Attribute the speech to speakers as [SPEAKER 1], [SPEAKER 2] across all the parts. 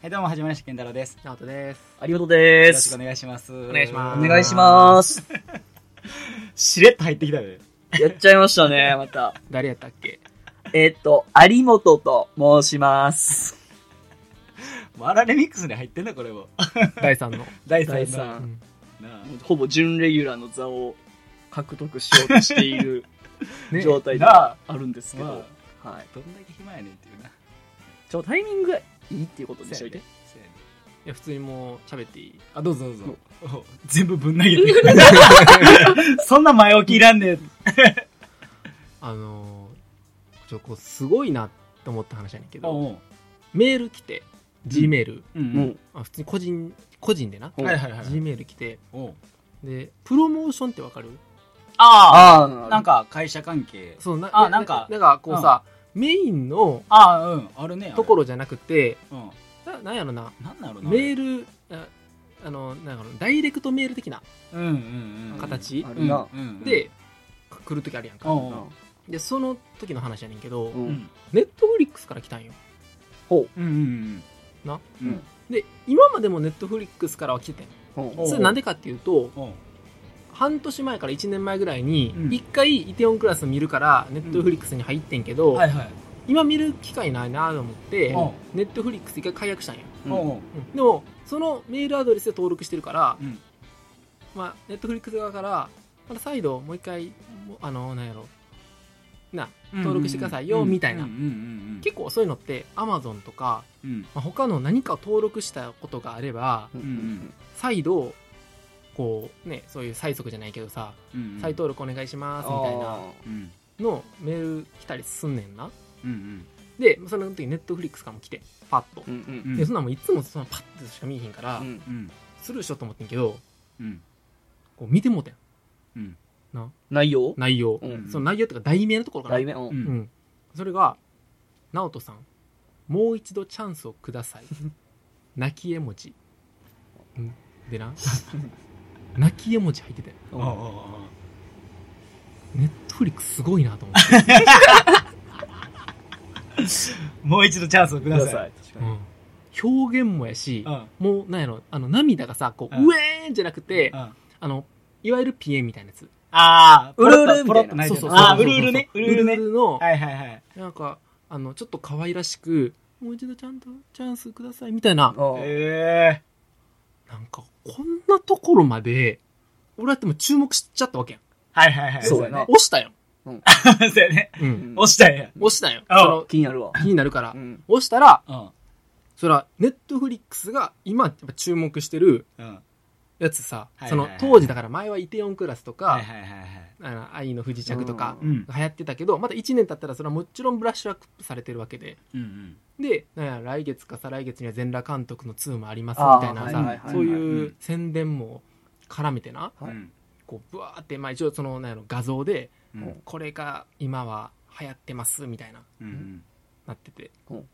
[SPEAKER 1] はい、どうも、はじめまして、健太郎です。
[SPEAKER 2] ナオトです。
[SPEAKER 3] ありがとうで
[SPEAKER 1] よろしくお
[SPEAKER 3] す。
[SPEAKER 1] 願いします。お
[SPEAKER 2] 願いしま
[SPEAKER 3] お願いします。
[SPEAKER 1] す。しれっと入ってきたで。
[SPEAKER 3] やっちゃいましたね、また。
[SPEAKER 2] 誰やったっけ
[SPEAKER 3] えっと、有本と申します。
[SPEAKER 1] わらレミックスに入ってんだ、これも。
[SPEAKER 2] 第三の。
[SPEAKER 1] 第
[SPEAKER 3] 第
[SPEAKER 1] 3
[SPEAKER 3] 三
[SPEAKER 1] 弾。
[SPEAKER 2] うん
[SPEAKER 1] な
[SPEAKER 3] ほぼ準レギュラーの座を獲得しようとしている
[SPEAKER 2] ね、
[SPEAKER 3] 状態で
[SPEAKER 1] なあ
[SPEAKER 3] はあるんですけど
[SPEAKER 1] ま、
[SPEAKER 3] はい。
[SPEAKER 1] どんだけ暇やねんっていうな。
[SPEAKER 3] ちょ、タイミングがいいっていうことにし
[SPEAKER 1] そ
[SPEAKER 3] と
[SPEAKER 1] う
[SPEAKER 3] い
[SPEAKER 1] や
[SPEAKER 3] て
[SPEAKER 1] ね。そうやね
[SPEAKER 2] いや普通にもう喋っていい
[SPEAKER 1] あ、どうぞどうぞ。お全部ぶん投げ て。そんな前置きいらんねん。
[SPEAKER 2] あのー、ちょこうすごいなって思った話やねんけど、
[SPEAKER 1] う
[SPEAKER 2] メール来て、G メール、
[SPEAKER 1] う
[SPEAKER 3] うんん。
[SPEAKER 2] あ普通に個人、個人でな、
[SPEAKER 1] うん。はいはいはい。
[SPEAKER 2] G メール来て、
[SPEAKER 1] おう
[SPEAKER 2] で、プロモーションってわかる
[SPEAKER 1] あ
[SPEAKER 3] あ
[SPEAKER 1] あ、
[SPEAKER 3] あ、
[SPEAKER 1] なんか会社関係。
[SPEAKER 2] そうな
[SPEAKER 1] あなんか
[SPEAKER 2] なんかこうさ、メインの
[SPEAKER 1] ああ、うん。あるね。ある
[SPEAKER 2] とこ。ろじゃなくて、
[SPEAKER 1] うん。
[SPEAKER 2] ななんやろな、
[SPEAKER 1] なんだろうな。
[SPEAKER 2] メール、ああの、なんやろな、ダイレクトメール的な
[SPEAKER 1] うんうんうん。
[SPEAKER 2] 形
[SPEAKER 3] あ
[SPEAKER 1] う
[SPEAKER 3] る
[SPEAKER 1] ん
[SPEAKER 3] な。。
[SPEAKER 1] うん、
[SPEAKER 2] で、来る時あるやん
[SPEAKER 1] う
[SPEAKER 2] か。
[SPEAKER 1] んうん。
[SPEAKER 2] で、その時の話やねんけど、
[SPEAKER 3] う。
[SPEAKER 1] うんん
[SPEAKER 2] ネットフリックスから来たんよ。
[SPEAKER 3] ほ
[SPEAKER 1] うんうんうん。
[SPEAKER 2] な
[SPEAKER 1] うん。
[SPEAKER 2] で今までもネットフリックスからは来てたよ
[SPEAKER 3] う。
[SPEAKER 1] お
[SPEAKER 3] ほ
[SPEAKER 1] う
[SPEAKER 2] それなんでかっていうと
[SPEAKER 1] うん。
[SPEAKER 2] 半年前から1年前ぐらいに
[SPEAKER 1] うん
[SPEAKER 2] 1回イテオンクラス見るからネットフリックスに入ってんけど、
[SPEAKER 1] はいはい。
[SPEAKER 2] 今見る機会ないなと思って
[SPEAKER 1] おう
[SPEAKER 2] ネットフリックス一回解約したんよ
[SPEAKER 3] う
[SPEAKER 1] おうおう
[SPEAKER 2] でもそのメールアドレスで登録してるから、
[SPEAKER 1] うん
[SPEAKER 2] まあ、ネットフリックス側からまた再度もう一回もあのなんやろな登録してくださいよみたいな
[SPEAKER 1] うんうんうんうん。
[SPEAKER 2] 結構そういうのってアマゾンとか、
[SPEAKER 1] うん
[SPEAKER 2] まあ、他の何か登録したことがあれば
[SPEAKER 3] うんん。
[SPEAKER 2] 再度こうねそういう催促じゃないけどさ
[SPEAKER 1] うんうん
[SPEAKER 2] 再登録お願いしますみたいな
[SPEAKER 1] うん
[SPEAKER 2] のメール来たりすんねんな
[SPEAKER 1] うん
[SPEAKER 2] でその時ネットフリックスからも来てパッと
[SPEAKER 3] う、んうん
[SPEAKER 1] うん。
[SPEAKER 2] でそんなんもいつもそのパッとしか見えへんから、
[SPEAKER 3] うん
[SPEAKER 1] うん
[SPEAKER 2] スルーしようと思ってんけど
[SPEAKER 1] うん
[SPEAKER 2] こう見てもうてん
[SPEAKER 1] うん
[SPEAKER 3] 内容
[SPEAKER 2] 内容、
[SPEAKER 3] うん
[SPEAKER 2] その内容とか題名のところから
[SPEAKER 3] 題名う。
[SPEAKER 1] うん
[SPEAKER 2] うんん、それが「直人さんもう一度チャンスをくだ さい」「泣き絵文字」うんでな泣き絵文字入ってて
[SPEAKER 1] おうおうおう
[SPEAKER 2] ネットフリックスすごいなと思って、
[SPEAKER 1] もう一度チャンスをく
[SPEAKER 3] く
[SPEAKER 1] だ
[SPEAKER 3] だ
[SPEAKER 1] さ
[SPEAKER 3] さ
[SPEAKER 1] い
[SPEAKER 3] い。確かに。
[SPEAKER 2] うん表現もや し、
[SPEAKER 1] うん
[SPEAKER 2] もう、なんやろ、あの、涙がさ、こう、
[SPEAKER 1] うん
[SPEAKER 2] うえーんじゃなくて
[SPEAKER 1] う、ん
[SPEAKER 2] あの、いわゆるピエみたいなやつ。
[SPEAKER 1] ああ
[SPEAKER 3] うるうるみたいな
[SPEAKER 1] ポロッと泣い
[SPEAKER 2] そう
[SPEAKER 1] て
[SPEAKER 2] そう
[SPEAKER 1] る
[SPEAKER 2] そう。
[SPEAKER 1] ああうるうるねうるうる
[SPEAKER 2] う
[SPEAKER 1] ね
[SPEAKER 2] るうるの、
[SPEAKER 1] はいはいはい
[SPEAKER 2] なんか、あの、ちょっと可愛らしく、もう一度ちゃんとチャンスください、みたいな。
[SPEAKER 3] おう
[SPEAKER 1] ええ
[SPEAKER 2] なんか、こんなところまで、俺だってもう注目しちゃったわけやん。
[SPEAKER 1] はいはいはい
[SPEAKER 3] そうやな
[SPEAKER 2] 押したやん。
[SPEAKER 1] そうやね
[SPEAKER 2] う。
[SPEAKER 3] うんん
[SPEAKER 1] 押したんや
[SPEAKER 2] 押したやん。
[SPEAKER 1] あ
[SPEAKER 2] その、
[SPEAKER 3] 気になるわ。
[SPEAKER 2] 気になるから
[SPEAKER 3] う。ん。
[SPEAKER 2] 押したら、
[SPEAKER 1] うん
[SPEAKER 2] そら、ネットフリックスが今やっぱ注目してる
[SPEAKER 1] うん
[SPEAKER 2] やつさ、
[SPEAKER 1] はい
[SPEAKER 2] そ
[SPEAKER 1] はいは
[SPEAKER 2] の
[SPEAKER 1] い
[SPEAKER 2] 当時だから前はイテオンクラスとか、
[SPEAKER 1] はいはいはいはい
[SPEAKER 2] あの愛の不時着とか
[SPEAKER 1] うんうん
[SPEAKER 2] 流行ってたけど、まだ1年経ったらそれはもちろんブラッシュアップされてるわけで
[SPEAKER 1] うん
[SPEAKER 2] でなんや来月か再来月には全裸監督の2もあります
[SPEAKER 3] あー
[SPEAKER 2] みたいなさ、
[SPEAKER 1] はいはいはい
[SPEAKER 2] そう
[SPEAKER 1] はい
[SPEAKER 2] いううん宣伝も絡めてな
[SPEAKER 1] う
[SPEAKER 3] はい
[SPEAKER 1] ん
[SPEAKER 2] こうブワーって、まあ、一応そのなんやろ画像で
[SPEAKER 1] うんうん
[SPEAKER 2] これが今は流行ってますみたいな
[SPEAKER 1] うん
[SPEAKER 2] なってて、
[SPEAKER 3] うん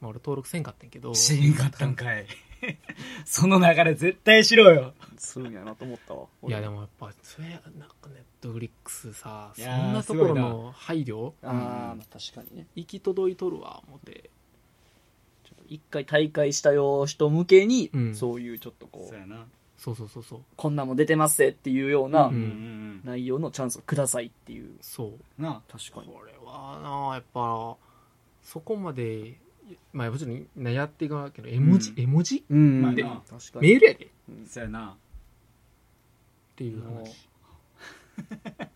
[SPEAKER 2] まあ、俺登録せんかったんやけど
[SPEAKER 1] うんしんかったんかい その流れ絶対しろよ
[SPEAKER 3] するんやなと思ったわ。
[SPEAKER 2] いやでもやっぱそれなんかネットフリックスさ
[SPEAKER 1] い
[SPEAKER 2] そん
[SPEAKER 1] やー
[SPEAKER 2] なところの配慮
[SPEAKER 3] ああ、まあ確かにね。
[SPEAKER 2] 行き届いとるわ思って。
[SPEAKER 3] ちょっと一回大会したよ人向けに、
[SPEAKER 2] うん
[SPEAKER 3] そういうちょっとこう、
[SPEAKER 1] やな
[SPEAKER 2] そうそうそうそう
[SPEAKER 3] こんなんも出てますぜっていうような
[SPEAKER 1] うんうんうん
[SPEAKER 3] 内容のチャンスをくださいっていう。
[SPEAKER 2] そう
[SPEAKER 1] な
[SPEAKER 3] 確か
[SPEAKER 2] これはなあやっぱそこまでまあもちろんねやっていかないけど絵文字、
[SPEAKER 1] うん
[SPEAKER 2] 絵文字
[SPEAKER 3] うん。
[SPEAKER 1] まあ
[SPEAKER 3] で
[SPEAKER 1] な
[SPEAKER 3] 確かに。
[SPEAKER 2] メールやでっ
[SPEAKER 3] うん
[SPEAKER 1] そうやな
[SPEAKER 2] ていう
[SPEAKER 3] もう
[SPEAKER 2] 話、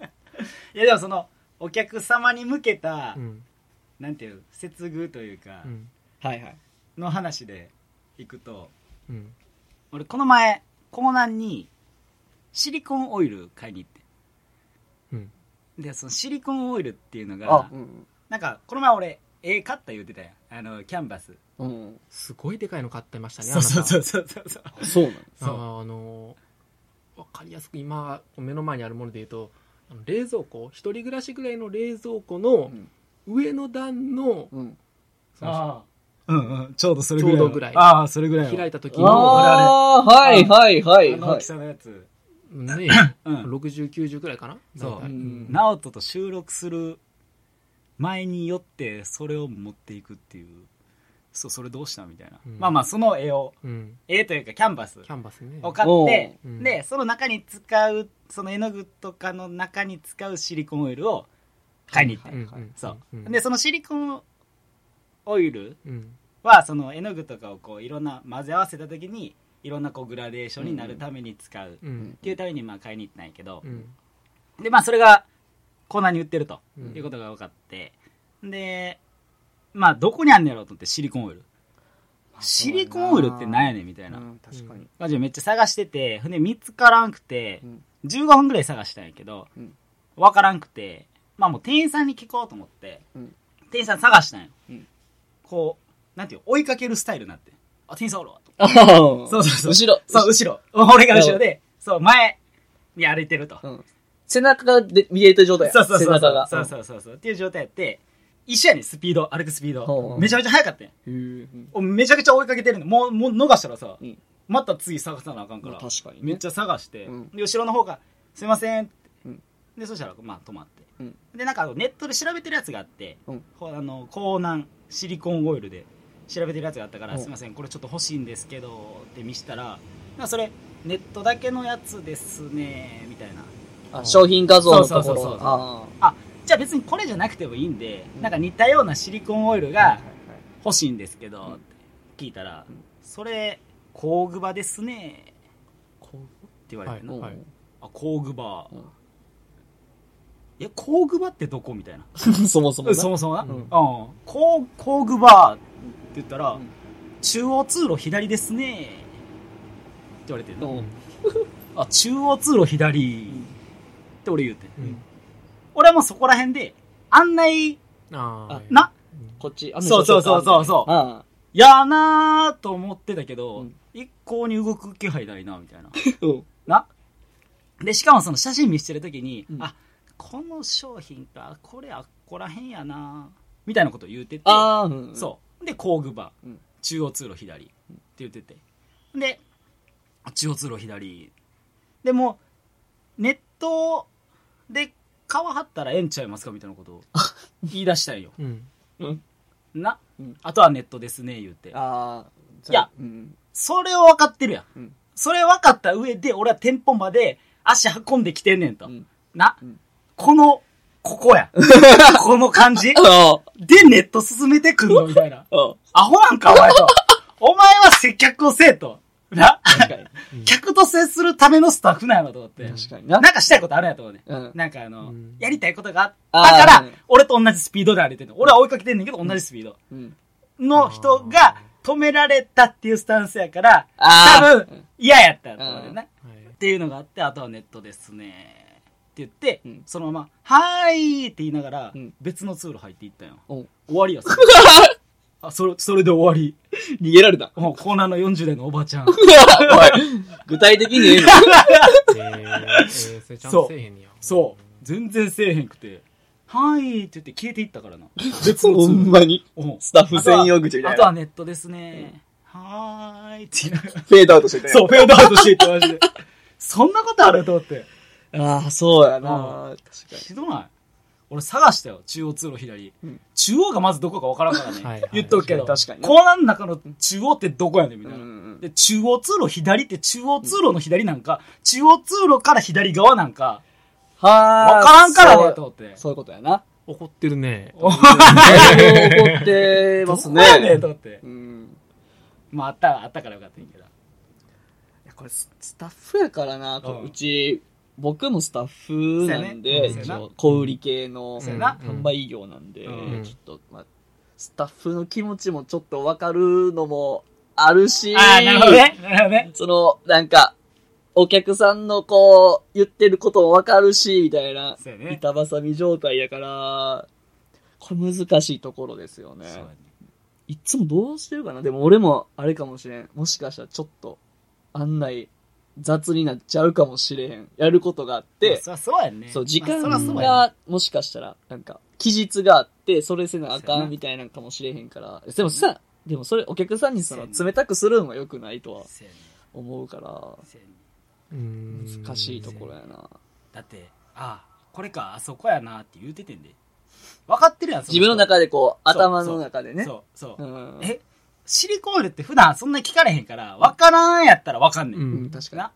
[SPEAKER 1] いやでもそのお客様に向けた
[SPEAKER 2] うん
[SPEAKER 1] なんていう接遇というか
[SPEAKER 2] うん
[SPEAKER 3] はいはい。
[SPEAKER 1] の話でいくと
[SPEAKER 2] うん、
[SPEAKER 1] 俺この前港南にシリコンオイル買いに行って
[SPEAKER 2] うん
[SPEAKER 1] でそのシリコンオイルっていうのが、
[SPEAKER 3] あうん。
[SPEAKER 1] なんかこの前俺絵買った言うてたやんあのキャンバス
[SPEAKER 3] うん。
[SPEAKER 2] すごいでかいの買ってましたね
[SPEAKER 1] そうそうそううそうそうそう
[SPEAKER 3] そうなの。
[SPEAKER 2] あなたあのわかりやすく今目の前にあるもので言うとあの冷蔵庫一人暮らしぐらいの冷蔵庫の
[SPEAKER 3] うん
[SPEAKER 2] 上の段の,、
[SPEAKER 3] うん。
[SPEAKER 2] その
[SPEAKER 1] あうんうんちょうどそれ
[SPEAKER 2] れ
[SPEAKER 1] ぐ
[SPEAKER 2] ぐ
[SPEAKER 1] ら
[SPEAKER 2] ら
[SPEAKER 1] い
[SPEAKER 2] い
[SPEAKER 1] ああそれぐらいの
[SPEAKER 2] 開いた時の
[SPEAKER 3] ああ、はいはいは
[SPEAKER 1] あ
[SPEAKER 3] い
[SPEAKER 1] の
[SPEAKER 3] は
[SPEAKER 1] 大
[SPEAKER 3] い
[SPEAKER 1] き。さのやつ、
[SPEAKER 2] ね
[SPEAKER 1] うん、
[SPEAKER 2] 6090ぐらいかな
[SPEAKER 1] そう
[SPEAKER 2] 大体
[SPEAKER 3] うん
[SPEAKER 1] 直人と収録する前によってそれを持っていくっていうそうそれどうしたみたいな、
[SPEAKER 2] うん
[SPEAKER 1] まあまあその絵を
[SPEAKER 2] うん、
[SPEAKER 1] 絵というかキャンバス
[SPEAKER 2] キャンバスね
[SPEAKER 1] を買って、
[SPEAKER 2] うん
[SPEAKER 1] でその中に使うその絵の具とかの中に使うシリコンオイルを買いに行って、
[SPEAKER 2] うんうん
[SPEAKER 1] そう、
[SPEAKER 2] うん
[SPEAKER 1] でそのシリコンオイル
[SPEAKER 2] うん
[SPEAKER 1] はその絵の具とかをこういろんな混ぜ合わせた時にいろんなこうグラデーションになるために使うっ
[SPEAKER 2] うん
[SPEAKER 1] ていうためにまあ買いに行ってないけど
[SPEAKER 2] う、ん
[SPEAKER 1] でまあそれがコーナーに売ってると
[SPEAKER 2] うん
[SPEAKER 1] いうことが分かって、でまあどこにあんねやろうと思ってシリコンオイルシリコンオイルってなんやねんみたいな
[SPEAKER 3] うん確かに。
[SPEAKER 1] 感じでめっちゃ探しててほんで見つからんくて
[SPEAKER 3] うん
[SPEAKER 1] 15分ぐらい探したんやけど
[SPEAKER 3] うん
[SPEAKER 1] 分からんくてまあもう店員さんに聞こうと思って、
[SPEAKER 3] うん
[SPEAKER 1] 店員さん探したんよ、
[SPEAKER 3] うん
[SPEAKER 1] こうなんていう追いかけるスタイルになってあ店員さんおるわと
[SPEAKER 3] ああ。そう
[SPEAKER 1] そうそうそう
[SPEAKER 3] 後ろ。
[SPEAKER 1] そう後ろ俺が後ろでそう前に歩いてると、
[SPEAKER 3] うん。背中がで見えた状態や。
[SPEAKER 1] そうそうそう
[SPEAKER 3] 背
[SPEAKER 1] そう
[SPEAKER 3] 中が。
[SPEAKER 1] そうそうそうそうっていう状態やって一緒やねんスピード歩くスピー
[SPEAKER 3] ほうほ
[SPEAKER 1] ド
[SPEAKER 3] う
[SPEAKER 1] めちゃめちゃ速かったんや
[SPEAKER 3] うん。へえ
[SPEAKER 1] おめちゃくちゃ追いかけてるのもうもう逃したらさ、
[SPEAKER 3] うん
[SPEAKER 1] また次探さなあかんか
[SPEAKER 3] ま
[SPEAKER 1] ら、
[SPEAKER 3] あ確かに
[SPEAKER 1] め
[SPEAKER 3] ね。
[SPEAKER 1] っちゃ探して、
[SPEAKER 3] うん
[SPEAKER 1] で後ろの方が「すいません」って、
[SPEAKER 3] うん
[SPEAKER 1] でそしたらまあ止まって、
[SPEAKER 3] うん
[SPEAKER 1] でなんかネットで調べてるやつがあって、
[SPEAKER 3] うん
[SPEAKER 1] こうあの江南シリコンオイルで調べてるやつがあったから「
[SPEAKER 3] うん
[SPEAKER 1] すいませんこれちょっと欲しいんですけど」って見したら「なんかそれネットだけのやつですね」みたいな
[SPEAKER 3] あ、商品画像のところ。
[SPEAKER 1] そうそうそうそう
[SPEAKER 3] あ
[SPEAKER 1] じゃあ別にこれじゃなくてもいいんで、なんか似たようなシリコンオイル
[SPEAKER 3] あ。
[SPEAKER 1] が
[SPEAKER 3] はいはいはい
[SPEAKER 1] 欲しいんですけど、
[SPEAKER 3] うん
[SPEAKER 1] って聞いたら、
[SPEAKER 3] うん
[SPEAKER 1] それ工具場ですねって言われてな、
[SPEAKER 2] はいはい
[SPEAKER 1] あ工具場、
[SPEAKER 3] うん
[SPEAKER 1] え工具場ってどこみたいな
[SPEAKER 3] うんそもそもな。
[SPEAKER 1] そもそもな、うん
[SPEAKER 2] うん
[SPEAKER 1] 工工具場って言ったら、
[SPEAKER 3] うん
[SPEAKER 1] 中央通路左ですねって言われてな、
[SPEAKER 3] うん
[SPEAKER 1] あ中央通路左って俺言うて、
[SPEAKER 2] うんうん
[SPEAKER 1] 俺はもうそこら辺で案内
[SPEAKER 2] あー
[SPEAKER 1] な
[SPEAKER 3] こっち、あ
[SPEAKER 1] そうそうそうそうそう
[SPEAKER 3] あ
[SPEAKER 1] やなーと思ってたけど、
[SPEAKER 3] うん
[SPEAKER 1] 一向に動く気配ないなみたいな
[SPEAKER 3] あ。うん。
[SPEAKER 1] なでしかもその写真見してる時に、
[SPEAKER 3] うん
[SPEAKER 1] あこの商品かこれあっこらへんやなみたいなこと言うてて
[SPEAKER 3] ああ、うん。
[SPEAKER 1] そうで工具場、
[SPEAKER 3] うん
[SPEAKER 1] 中央通路左って言っててで中央通路左でもネットで皮張ったらええんちゃいますかみたいなことを言い出したいよ
[SPEAKER 2] うん
[SPEAKER 3] うん。
[SPEAKER 1] な、
[SPEAKER 3] うん
[SPEAKER 1] あとはネットですね言うて
[SPEAKER 3] ああ。
[SPEAKER 1] いや
[SPEAKER 3] うん。
[SPEAKER 1] それを分かってるやん。
[SPEAKER 3] うん
[SPEAKER 1] それ分かった上で、俺は店舗まで足運んできてんねんと。
[SPEAKER 3] うん
[SPEAKER 1] な、
[SPEAKER 3] うん
[SPEAKER 1] この、ここ や。この感じ。
[SPEAKER 3] ああ。
[SPEAKER 1] で、ネット進めてくん のみたいな。
[SPEAKER 3] あ
[SPEAKER 1] アホなんか、お前と。お前は接客をせえと。な、
[SPEAKER 3] あ。確かに。
[SPEAKER 1] 客と接するためのスタッフなんやろと思って。
[SPEAKER 3] 確かに
[SPEAKER 1] な
[SPEAKER 3] な。
[SPEAKER 1] んかしたいことあるんやと思うね。
[SPEAKER 3] うん。
[SPEAKER 1] なんかあの、
[SPEAKER 2] うん
[SPEAKER 1] やりたいことがあったか
[SPEAKER 3] あーう
[SPEAKER 1] ら
[SPEAKER 3] ん、
[SPEAKER 1] 俺と同じスピードで歩いてんの。俺は追いかけてんねんけど、同じスピード。
[SPEAKER 3] うん。
[SPEAKER 1] の人が止められたっていうスタンスやから、
[SPEAKER 3] あ
[SPEAKER 1] 多
[SPEAKER 3] ー
[SPEAKER 1] 分嫌やったと思うねんな。っ
[SPEAKER 2] はい
[SPEAKER 1] ていうのがあって、あとはネットですね。って言って、
[SPEAKER 3] うん
[SPEAKER 1] そのまま、はーいって言いながら、
[SPEAKER 3] うん
[SPEAKER 1] 別の通路入っていったよ。
[SPEAKER 3] おう
[SPEAKER 1] 終わりや、 それあ、それ、それで終わり。
[SPEAKER 3] 逃げられた。
[SPEAKER 1] もうコーナーの40代のおば ちゃん。
[SPEAKER 3] おい具体的に言える
[SPEAKER 2] えーえーそれちゃんとせえへんねや
[SPEAKER 1] そう。全然せえへんくて、はーいって言って消えていったから な。別の
[SPEAKER 3] ほ
[SPEAKER 1] 通
[SPEAKER 3] ん
[SPEAKER 1] 路。
[SPEAKER 3] まに。
[SPEAKER 1] うん
[SPEAKER 3] スタッフ専用口みたいな。
[SPEAKER 1] あとはネットですね。はーいって言いながら。
[SPEAKER 3] フェードアウトしてた
[SPEAKER 1] そう、フェードアウトしていってマジで。 そんなことあると思って。
[SPEAKER 3] う。ああ、そうやな。
[SPEAKER 1] う
[SPEAKER 3] 確か
[SPEAKER 1] ひどない俺探したよ、中央通路左。
[SPEAKER 3] うん
[SPEAKER 1] 中央がまずどこかわからんからね。
[SPEAKER 2] はいはい
[SPEAKER 1] 言っとくけど。
[SPEAKER 3] 確かに
[SPEAKER 1] コーナーの中の中央ってどこやねんみ
[SPEAKER 3] に。
[SPEAKER 1] たいな。
[SPEAKER 3] ん。
[SPEAKER 1] で、中央通路左って中央通路の左なんか、中央通路から左側なんか、
[SPEAKER 3] はあ。
[SPEAKER 1] わからんからね、と
[SPEAKER 3] そう
[SPEAKER 1] 思って。
[SPEAKER 3] そういうことや な。
[SPEAKER 2] 怒ってるね
[SPEAKER 3] 怒ってます
[SPEAKER 1] ど こやね
[SPEAKER 3] ね
[SPEAKER 1] ん、。と思って
[SPEAKER 3] う。ん。
[SPEAKER 1] まあ、あった、あったからよかったんやけど。
[SPEAKER 3] いやこれススタッフやからな、こ
[SPEAKER 1] う
[SPEAKER 3] うんうち僕もスタッフなんで、
[SPEAKER 1] そうやね
[SPEAKER 3] 一
[SPEAKER 1] うん
[SPEAKER 3] 応小売り系の
[SPEAKER 1] そうやな
[SPEAKER 2] うん
[SPEAKER 3] 販売業なんで、
[SPEAKER 1] うん
[SPEAKER 3] ちょっと、まあ、スタッフの気持ちもちょっと分かるのもあるし
[SPEAKER 1] ああ、なるほどね。なるほどね。
[SPEAKER 3] そのなんかお客さんのこう言ってることも分かるしみたいな
[SPEAKER 1] そうやね。
[SPEAKER 3] 板挟み状態やからこれ難しいところですよね
[SPEAKER 1] そうやね
[SPEAKER 3] いつもどうしてるかなでも俺もあれかもしれん。もしかしたらちょっと案内雑になっちゃうかもしれへん。やることがあっ
[SPEAKER 1] まあ
[SPEAKER 3] て、
[SPEAKER 1] そりゃそうやんね。
[SPEAKER 3] そう、時間
[SPEAKER 1] まあそりゃそうやん
[SPEAKER 3] が、もしかしたら、なんか、期日があって、それせなあ
[SPEAKER 1] そうや
[SPEAKER 3] か
[SPEAKER 1] なん
[SPEAKER 3] みたいなんかもしれへんから。でもさ、でもそれお客さんにその
[SPEAKER 1] そうやな
[SPEAKER 3] 冷たくするのは良くないとは
[SPEAKER 1] そうやね
[SPEAKER 3] 思うから、
[SPEAKER 1] そうやね
[SPEAKER 2] うん
[SPEAKER 3] 難しいところやな。
[SPEAKER 1] だってああこれかあそこやなって言うててんで分かってるやんそ
[SPEAKER 3] 自分の
[SPEAKER 1] 人
[SPEAKER 3] 中でこう、
[SPEAKER 1] そう
[SPEAKER 3] 頭の中でね。
[SPEAKER 1] そうそう、
[SPEAKER 3] うん
[SPEAKER 1] えシリコールって普段そんな聞かれへんから、わからんやったらわかんねん。
[SPEAKER 2] うん
[SPEAKER 3] うん、確かに。
[SPEAKER 1] な。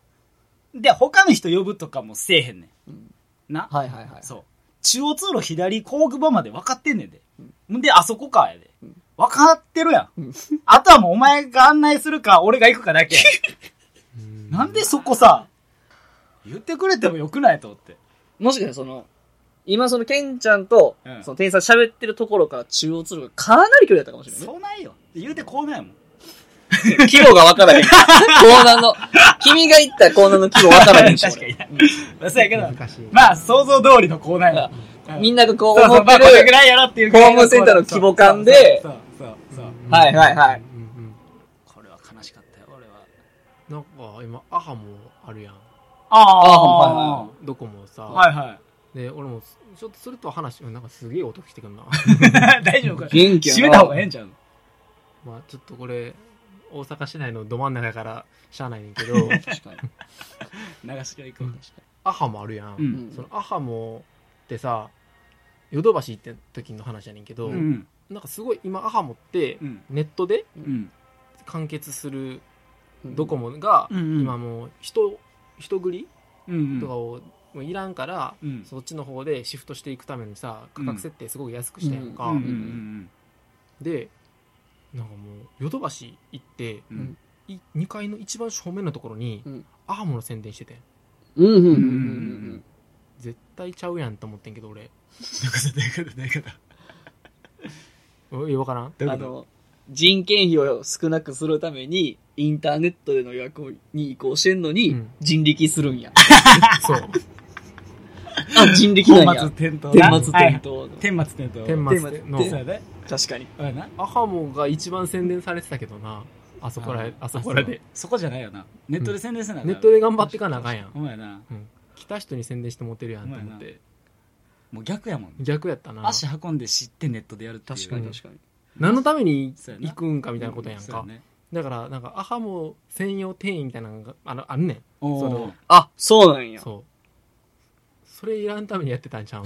[SPEAKER 1] で、他の人呼ぶとかもせえへんね
[SPEAKER 3] うん
[SPEAKER 1] ん。な。
[SPEAKER 3] はいはいはい。
[SPEAKER 1] そう。中央通路左工具場まで分かってんねんで。んで、あそこか、やで
[SPEAKER 3] うん。
[SPEAKER 1] 分かってるやん。
[SPEAKER 3] うん
[SPEAKER 1] あとはもうお前が案内するか、俺が行くかだ けや。なんでそこさ、言ってくれてもよくないと思って。
[SPEAKER 3] もしかしたらその、今そのケンちゃんと
[SPEAKER 1] う、ん
[SPEAKER 3] その店員さん喋ってるところから中央通路がかなり距離だったかもしれないね。
[SPEAKER 1] そうないよ。言うてこうないもん。
[SPEAKER 3] 規模がわからへ ん。コーナーの、君が言ったコーナーの規模わからへんし。
[SPEAKER 1] 確かに
[SPEAKER 3] 俺
[SPEAKER 1] な。そうやけど、
[SPEAKER 2] 難しい
[SPEAKER 1] まあ想像通りのこうないわ。う
[SPEAKER 3] みんながこう
[SPEAKER 1] そう
[SPEAKER 3] 思
[SPEAKER 1] そう、
[SPEAKER 3] って
[SPEAKER 1] まあこれぐ
[SPEAKER 3] る。
[SPEAKER 1] らいやろっていうぐらい
[SPEAKER 3] ホームセンターの規模感で
[SPEAKER 1] そうそうそうそう。
[SPEAKER 3] はいはいはい
[SPEAKER 2] うんうんうん
[SPEAKER 1] これは悲しかったよ、俺は。
[SPEAKER 2] なんか今アハもあるやん
[SPEAKER 1] あ
[SPEAKER 2] どこもさ、
[SPEAKER 1] あ、はいはい。
[SPEAKER 2] で俺もちょっとすると話うんなんかすげえ音してくるな
[SPEAKER 1] 大丈夫か
[SPEAKER 3] 元気やな
[SPEAKER 1] 閉めた方がええんちゃう
[SPEAKER 2] まあちょっとこれ大阪市内のど真ん中やからしゃあないねんけど
[SPEAKER 3] 確かに。
[SPEAKER 1] 流しから行こう。
[SPEAKER 2] アハもあるや
[SPEAKER 1] う
[SPEAKER 2] ん、
[SPEAKER 3] うん
[SPEAKER 1] ん。
[SPEAKER 2] そのアハもってさヨドバシ行った時の話やねんけど、
[SPEAKER 1] うん。
[SPEAKER 2] なんかすごい今アハモって
[SPEAKER 1] うん。
[SPEAKER 2] ネットで
[SPEAKER 1] うん。
[SPEAKER 2] 完結する
[SPEAKER 3] うん
[SPEAKER 2] ドコモが
[SPEAKER 1] うんうん
[SPEAKER 2] 今もう人人繰り
[SPEAKER 1] うん
[SPEAKER 2] とかをもういらんから
[SPEAKER 1] うん
[SPEAKER 2] そっちの方でシフトしていくためにさ価格設定すごい安くしたやんか、
[SPEAKER 1] うんうん
[SPEAKER 2] でなんかもうヨドバシ行って
[SPEAKER 1] うんうん
[SPEAKER 2] い2階の一番正面のところに
[SPEAKER 3] うん
[SPEAKER 2] アハモの宣伝しててん
[SPEAKER 3] うんうんうんうん
[SPEAKER 2] 絶対ちゃうやんと思ってんけど俺
[SPEAKER 1] どういうことどういうこと
[SPEAKER 2] え分から ん
[SPEAKER 1] どう
[SPEAKER 3] う。
[SPEAKER 1] んい
[SPEAKER 3] あ
[SPEAKER 1] うこ
[SPEAKER 3] の、人件費を少なくするために、インターネットでの予約に移行してんの
[SPEAKER 2] う
[SPEAKER 3] に
[SPEAKER 2] ん、
[SPEAKER 3] 人力するんや。
[SPEAKER 2] そう
[SPEAKER 3] あ、人力
[SPEAKER 1] と
[SPEAKER 3] な ん
[SPEAKER 1] 本末
[SPEAKER 3] や。
[SPEAKER 1] 転倒な
[SPEAKER 3] 天末
[SPEAKER 1] は
[SPEAKER 3] 転
[SPEAKER 1] い
[SPEAKER 3] 倒。
[SPEAKER 1] 天末転倒
[SPEAKER 2] 天末
[SPEAKER 3] 天末
[SPEAKER 2] の
[SPEAKER 3] 天
[SPEAKER 1] そうやで
[SPEAKER 3] 確かに。
[SPEAKER 1] そうやな
[SPEAKER 2] アハモが一番宣伝されてたけどなあそこらあそこらで
[SPEAKER 1] そこじゃないよなネットで宣伝せなあかん
[SPEAKER 2] ネットで頑張っていかなあかんやん
[SPEAKER 1] ほんまやな
[SPEAKER 2] 来た人に宣伝してモテるやんと思っ
[SPEAKER 1] ほんま
[SPEAKER 2] て
[SPEAKER 1] もう逆やもん
[SPEAKER 2] 逆やったな
[SPEAKER 1] 足運んで知ってネットでやるっていう
[SPEAKER 3] 確かに確かに。
[SPEAKER 2] 何のために
[SPEAKER 1] そうやな
[SPEAKER 2] 行くんかみたいなことやん
[SPEAKER 1] そう
[SPEAKER 2] か
[SPEAKER 1] ね
[SPEAKER 2] だからなんかアハも専用店員みたいなのがあのあんね
[SPEAKER 1] お
[SPEAKER 2] そ
[SPEAKER 1] ー
[SPEAKER 2] の
[SPEAKER 3] あ、そうなん
[SPEAKER 2] ん
[SPEAKER 3] や。
[SPEAKER 2] そうそれいらんためにやってたん ちゃうん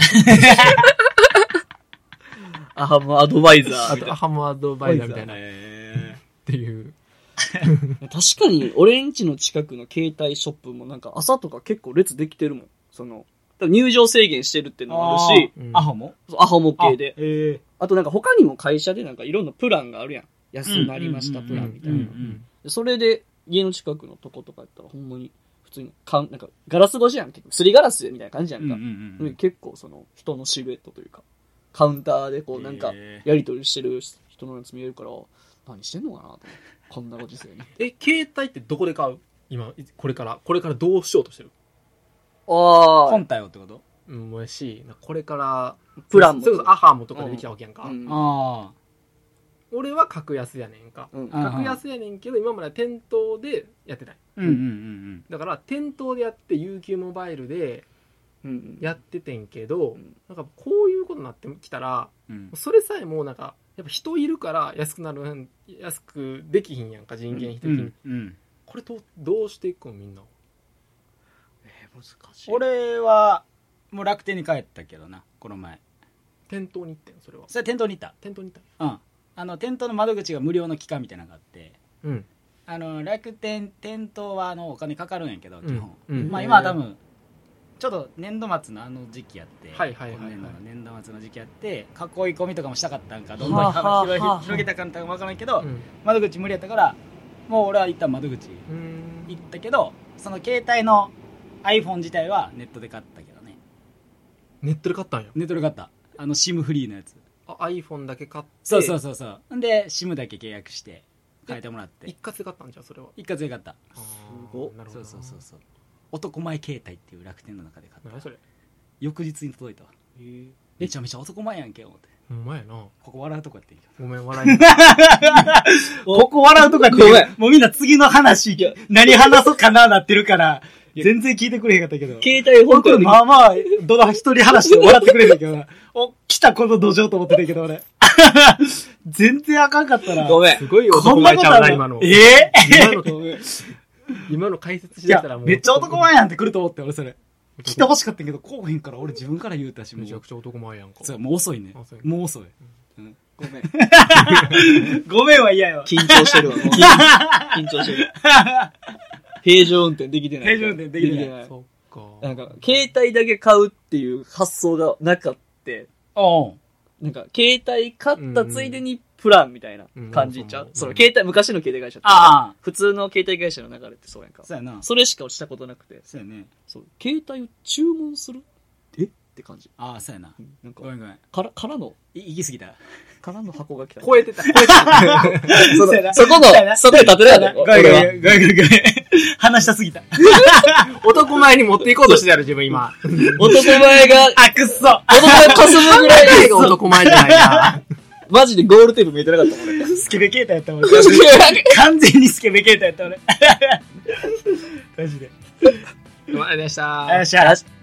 [SPEAKER 3] あ、もうアドバイザー
[SPEAKER 2] あ
[SPEAKER 3] みたい
[SPEAKER 2] とア
[SPEAKER 3] な。
[SPEAKER 2] ハもアドバイザーみたいなっ
[SPEAKER 1] へ
[SPEAKER 2] ていう
[SPEAKER 3] 確かに、俺んちの近くの携帯ショップもなんか朝とか結構列できてるもん。その、多分入場制限してるっていう
[SPEAKER 1] ー
[SPEAKER 3] のもあるし、
[SPEAKER 1] あー
[SPEAKER 2] うん
[SPEAKER 1] アホも
[SPEAKER 3] そうアホ模
[SPEAKER 1] あ
[SPEAKER 3] 型で。
[SPEAKER 1] へえ
[SPEAKER 3] あとなんか他にも会社でなんかいろんなプランがあるやん。安くなりました
[SPEAKER 1] うん
[SPEAKER 3] プランみたい
[SPEAKER 1] うん
[SPEAKER 3] な。でそれで家の近くのとことかやったらほんまに普通にかん、なんかガラス越しやん。結構すりガラスみたいな感じや
[SPEAKER 1] うんんう
[SPEAKER 3] か。
[SPEAKER 1] んうん
[SPEAKER 3] で結構その人のシルエットというか、カウンターでこうなんか
[SPEAKER 1] へー
[SPEAKER 3] やりとりしてる人のやつ見えるから、何してんのかなと思って。こんなご時世に。
[SPEAKER 2] え携帯ってどこで買う今いこれからこれからどうしようとしてる
[SPEAKER 3] ああ
[SPEAKER 1] 本、体をってこと
[SPEAKER 2] うんもやしなんかこれから
[SPEAKER 3] プランも
[SPEAKER 2] それこそアハもとか出てきたわけやんか、
[SPEAKER 3] うん
[SPEAKER 1] あ
[SPEAKER 2] 俺は格安やねんか、
[SPEAKER 3] うん
[SPEAKER 1] あ
[SPEAKER 2] 格安やねんけど今までは店頭でやってない
[SPEAKER 1] あうんうんうん
[SPEAKER 2] だから店頭でやって UQ モバイルで
[SPEAKER 3] うん
[SPEAKER 2] やっててんけど、
[SPEAKER 3] ん
[SPEAKER 2] なんかこういうことになってきたら
[SPEAKER 1] うんうん
[SPEAKER 2] それさえもうなんかやっぱ人いるから安くなるん安くできひんやんか人件費的
[SPEAKER 1] う
[SPEAKER 2] に、
[SPEAKER 1] んうん
[SPEAKER 2] これどうどうしていくんみんな
[SPEAKER 3] 難し
[SPEAKER 1] 俺はもう楽天に帰ったけどなこの前
[SPEAKER 2] 店頭に行ってんそれは
[SPEAKER 1] それ店頭に行っ
[SPEAKER 2] 店頭に行った
[SPEAKER 1] うんあの店頭の窓口が無料の期間みたいなのがあって
[SPEAKER 2] たうん
[SPEAKER 1] あの楽天店頭はあのお金かかるんやけど基本、
[SPEAKER 2] うんうん
[SPEAKER 1] まあ今は多分ちょっと年度末のあの時期やって、
[SPEAKER 2] はいはいはいは
[SPEAKER 1] 今
[SPEAKER 2] い
[SPEAKER 1] 年度の年度末の時期やって囲い込みとかもしたかったんかどん
[SPEAKER 3] は
[SPEAKER 1] どん
[SPEAKER 3] あはあ
[SPEAKER 1] 広
[SPEAKER 3] はあ
[SPEAKER 1] げ広げたかったか分からんけど、
[SPEAKER 2] うん
[SPEAKER 1] 窓口無理やったからもう俺は一旦窓口
[SPEAKER 2] う
[SPEAKER 1] 行っ
[SPEAKER 2] ん
[SPEAKER 1] たけどその携帯の iPhone 自体はネットで買ったけどね
[SPEAKER 2] ネットで買ったんや
[SPEAKER 1] ネットで買ったあの SIM フリーのやつ
[SPEAKER 2] あ iPhone だけ買って
[SPEAKER 1] そうそうそうそう。んで、SIM だけ契約して、変えてもらって
[SPEAKER 2] 一。括で買ったんじゃんそれは
[SPEAKER 1] 一括で買った。
[SPEAKER 2] す
[SPEAKER 3] ごっ
[SPEAKER 2] なるほ
[SPEAKER 1] そう
[SPEAKER 2] どな
[SPEAKER 1] そうそうそう。男前携帯っていう楽天の中で買っ
[SPEAKER 2] 何
[SPEAKER 1] た。
[SPEAKER 2] それ
[SPEAKER 1] 翌日に届いたわ。めちゃめちゃ男前やんけ、思って。
[SPEAKER 2] ほんまやな
[SPEAKER 1] ここ笑うとこやっていいか。
[SPEAKER 2] ごめん笑い
[SPEAKER 1] ここ笑うとこやっていい
[SPEAKER 3] ごめん
[SPEAKER 1] もうみんな次の話、何話そうかななってるから、全然聞いてくれへんかったけど。
[SPEAKER 3] 携帯本当に。
[SPEAKER 1] まあまあ、どの一人話して笑ってくれるけどな。お、来たこの土壌と思ってたけど俺。 全然あかんかったな。
[SPEAKER 3] ごめん
[SPEAKER 2] す。ごい
[SPEAKER 1] こ
[SPEAKER 2] 男
[SPEAKER 1] んな
[SPEAKER 2] 前
[SPEAKER 1] こ
[SPEAKER 2] ち
[SPEAKER 1] と
[SPEAKER 2] ゃう
[SPEAKER 1] あ
[SPEAKER 2] な
[SPEAKER 1] る
[SPEAKER 2] 今の
[SPEAKER 1] ええ
[SPEAKER 2] 今の今の解説し
[SPEAKER 1] い
[SPEAKER 2] て
[SPEAKER 1] や
[SPEAKER 2] たらもう
[SPEAKER 1] めっちゃ男前やんって来ると思って俺それ来て
[SPEAKER 2] め
[SPEAKER 1] ほしかったんやけどこうへんから俺自分から言うたしも
[SPEAKER 2] ちゃ
[SPEAKER 1] う
[SPEAKER 2] くちゃ男前やんか
[SPEAKER 1] そうもう遅いね
[SPEAKER 2] あそう
[SPEAKER 1] もう遅い、うん
[SPEAKER 3] ごめん。
[SPEAKER 1] ごめんは嫌やわ。
[SPEAKER 3] 緊張してるわ、もう緊張してる。平常運転できてない。
[SPEAKER 1] 平常運転できてない
[SPEAKER 2] そっか。
[SPEAKER 3] なんか、携帯だけ買うっていう発想がなかった。
[SPEAKER 1] おう
[SPEAKER 3] なんか、携帯買ったついでにプランみたいな感じちゃ
[SPEAKER 2] う
[SPEAKER 3] う、
[SPEAKER 2] ん
[SPEAKER 3] その、携帯、昔の携帯会社って。
[SPEAKER 1] あ
[SPEAKER 3] 普通の携帯会社の流れってそうやんか
[SPEAKER 1] あ、。そうやな。
[SPEAKER 3] それしかしたことなくて。
[SPEAKER 1] そうやね。
[SPEAKER 3] そう、携帯を注文するえって感じ。
[SPEAKER 1] ああ、そうやな
[SPEAKER 3] う。んなんか
[SPEAKER 1] ご、めんごめん。
[SPEAKER 3] から、からの、
[SPEAKER 1] い行き過ぎた。
[SPEAKER 3] からの箱が来た。
[SPEAKER 2] 超えてた。
[SPEAKER 3] そ
[SPEAKER 1] そうやな
[SPEAKER 3] のそこ
[SPEAKER 1] そうやな
[SPEAKER 3] の、そこに立てられない。
[SPEAKER 1] ご
[SPEAKER 3] 俺
[SPEAKER 1] めんごめ
[SPEAKER 3] は
[SPEAKER 1] んごめんごめんごめん。話したすぎた。
[SPEAKER 2] 男前に持っていこうとしてたる自 分今。
[SPEAKER 3] 男前が、
[SPEAKER 1] あ、くっそ
[SPEAKER 3] 男前かすむぐらい
[SPEAKER 2] 誰が男前じゃな いな。
[SPEAKER 3] マジでゴールテープ見えてなかったも ん、俺。
[SPEAKER 1] スケベ携帯やった俺。完全にスケベ 携帯やった俺。マジで。
[SPEAKER 2] ありがとうございました
[SPEAKER 1] あよっしゃ。